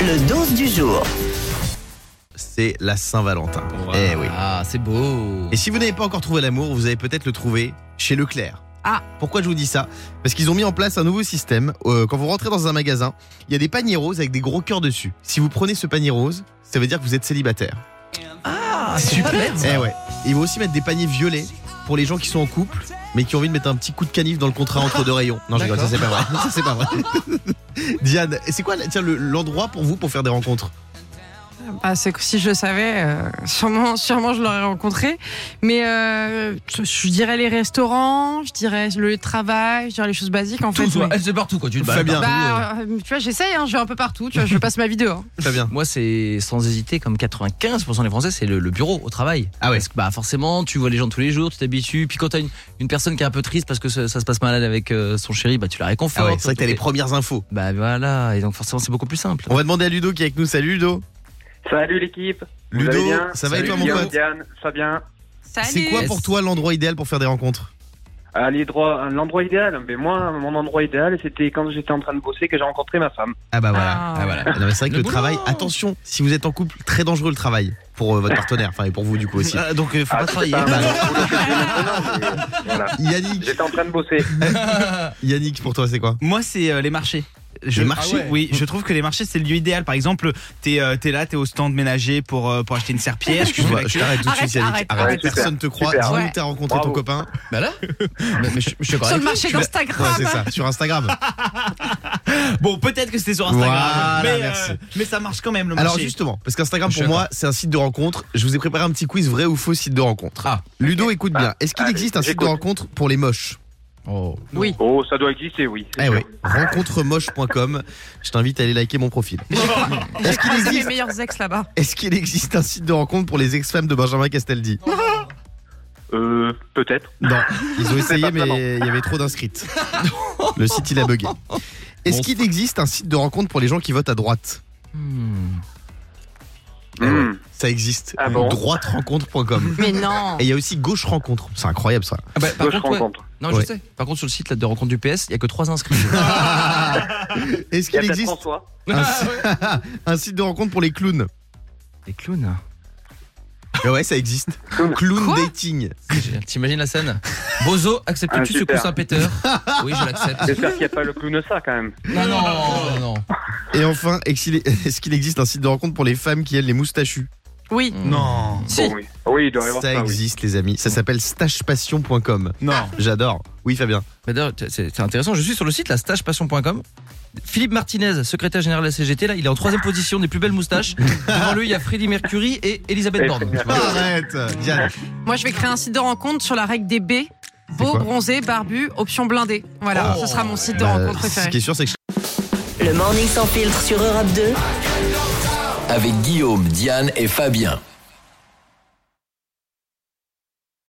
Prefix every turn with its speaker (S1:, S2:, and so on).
S1: Le 12 du jour.
S2: c'est la Saint-Valentin. Eh oui.
S3: Ah, c'est beau.
S2: Et si vous n'avez pas encore trouvé l'amour, vous allez peut-être le trouver chez Leclerc.
S3: Ah.
S2: Pourquoi je vous dis ça Parce qu'ils ont mis en place un nouveau système. Euh, quand vous rentrez dans un magasin, il y a des paniers roses avec des gros cœurs dessus. Si vous prenez ce panier rose, ça veut dire que vous êtes célibataire.
S3: Ah, super.
S2: Eh ouais. Et ils vont aussi mettre des paniers violets pour les gens qui sont en couple, mais qui ont envie de mettre un petit coup de canif dans le contrat entre deux rayons. Non, je rigole, ça c'est pas vrai. Ça c'est pas vrai. Diane, c'est quoi la- tiens, le- l'endroit pour vous pour faire des rencontres
S4: Bah, c'est que si je le savais, euh, sûrement, sûrement je l'aurais rencontré. Mais euh, je, je dirais les restaurants, je dirais le travail, je dirais les choses basiques en
S3: Tout,
S4: fait.
S3: toi.
S4: mais-
S3: Elle, c'est partout, quoi. Tu te
S2: Bah,
S3: balades
S2: bien.
S3: partout, euh.
S4: Bah, euh, tu vois, j'essaye, hein, je vais un peu partout, tu vois, je passe ma vidéo. hein.
S2: Très bien.
S3: Moi, c'est sans hésiter, comme 95% des Français, c'est le, le bureau au travail.
S2: Ah ouais.
S3: Parce que bah, forcément, tu vois les gens tous les jours, tu t'habitues. Puis quand t'as une, une personne qui est un peu triste parce que ça, ça se passe mal avec euh, son chéri, bah, tu la
S2: Ah
S3: réconfortes.
S2: ouais, c'est vrai que t'as les premières infos.
S3: Bah voilà, et donc forcément, c'est beaucoup plus simple.
S2: On va demander à Ludo qui est avec nous. Salut Ludo.
S5: Salut l'équipe. Vous
S2: Ludo,
S5: allez bien
S2: ça va et
S5: Salut
S2: toi, mon
S5: Guillaume,
S2: pote
S5: Diane, Fabien.
S2: C'est
S4: Salut.
S2: quoi pour toi l'endroit idéal pour faire des rencontres
S5: Ah, les droits- L'endroit idéal, mais moi, mon endroit idéal, c'était quand j'étais en train de bosser que j'ai rencontré ma femme.
S2: Ah bah voilà.
S4: Ah.
S2: Ah voilà. Non, mais c'est vrai que le,
S3: Le boulot.
S2: travail, attention, si vous êtes en couple, très dangereux le travail pour euh, votre partenaire, enfin et pour vous du coup aussi.
S3: donc, faut
S5: Ah, c'est pas
S2: bah
S5: un
S2: non.
S5: boulot que je fais maintenant, mais voilà.
S2: Yannick,
S5: J'étais en train de bosser.
S2: Yannick pour toi c'est quoi
S6: Moi, c'est euh, les marchés. Je,
S2: Les marchés
S6: Ah ouais. Oui, je trouve que les marchés, c'est le lieu idéal. Par exemple, t'es euh, t'es là, t'es au stand ménager pour, euh, pour acheter une serpillère.
S2: Je vois, je t'arrête tout de
S4: Arrête,
S2: suite Yannick.
S4: arrête,
S2: Arrête,
S5: arrête.
S2: personne te croit.
S5: Super.
S2: Dis-nous
S4: Ouais.
S2: que t'as rencontré ton
S5: Bravo.
S2: copain.
S3: Bah là mais, mais je, je suis d'accord avec
S4: Sur
S3: toi,
S4: le marché
S3: tu vas-
S2: Ouais,
S4: d'Instagram.
S2: c'est ça, sur Instagram.
S6: Bon, peut-être que c'était sur Instagram.
S2: Voilà,
S6: mais, euh,
S2: merci.
S6: mais ça marche quand même, le marché.
S2: Alors justement, parce qu'Instagram
S6: Je suis
S2: pour moi c'est un site de rencontre, je vous ai préparé un petit quiz vrai ou faux site de rencontre.
S3: Ah.
S2: Ludo écoute bien, est-ce qu'il
S5: Bah, Allez,
S2: existe un site de
S5: j'écoute.
S2: rencontre pour les moches
S3: Oh.
S4: Oui.
S5: Oh, ça doit exister, oui. c'est
S2: Eh
S5: sûr.
S2: oui, rencontremoche.com, je t'invite à aller liker mon profil. Est-ce qu'il
S4: C'est les
S2: existe
S4: meilleurs ex là-bas.
S2: Est-ce qu'il existe un site de rencontre pour les ex-femmes de Benjamin Castaldi
S5: Euh, peut-être.
S2: Non, ils ont essayé
S5: pas vraiment.
S2: mais il y avait trop d'inscrites. Le site il a bugué. Est-ce qu'il existe un site de rencontre pour les gens qui votent à droite
S3: Hmm.
S2: Eh ouais.
S5: Hmm.
S2: Ça existe.
S5: Ah bon
S2: Droiterencontre.com.
S4: Mais non.
S2: Et il y a aussi gauche rencontre. C'est incroyable ça.
S3: Ah bah, par
S5: Gauche
S3: contre, ouais.
S5: rencontre.
S3: Non,
S2: Ouais.
S3: je sais. Par contre, sur le site là, de rencontre du PS, il y a que 3 inscrits.
S2: Est-ce
S5: Il y
S2: qu'il
S5: a peut-être
S2: existe
S5: François.
S2: un,
S4: Ah,
S2: un site de rencontre pour les clowns
S3: Les clowns.
S2: Eh Ouais, ça existe. Clown
S4: Quoi
S2: dating.
S3: C'est génial. T'imagines la scène Bozo, acceptes-tu
S5: Ah,
S3: ce
S5: super.
S3: coussin péteur Oui, je l'accepte.
S5: J'espère qu'il n'y a pas le clown ça, quand même.
S3: Non, non, non, non.
S2: Et enfin, est-ce qu'il est-ce qu'il existe un site de rencontre pour les femmes qui aiment les moustachus
S4: Oui.
S2: Hmm.
S6: Non,
S4: Si.
S5: Bon, oui. oui, il doit y avoir ça.
S2: Ça
S5: oui.
S2: existe, les amis. Ça s'appelle stachepassion.com.
S6: non.
S2: J'adore. Oui, Fabien.
S3: Mais Bah, d'ailleurs, c'est- c'est intéressant. Je suis sur le site, la stagepassion.com. Philippe Martinez, secrétaire général de la CGT, là, il est en troisième position des plus belles moustaches. Devant lui, il y a Freddie Mercury et Elisabeth
S5: Et
S3: Borne.
S5: Freddie
S3: Tu vois.
S2: Arrête, Diane.
S4: Moi, je vais créer un site de rencontre sur la règle des B. Beau,
S2: quoi
S4: bronzé, barbu, option blindée. Voilà,
S3: Oh.
S4: ce sera mon site de
S2: Euh,
S4: rencontre
S2: ce
S4: préféré.
S2: qui est sûr, c'est que
S1: Le morning sans filtre sur Europe 2.
S7: avec Guillaume, Diane et Fabien.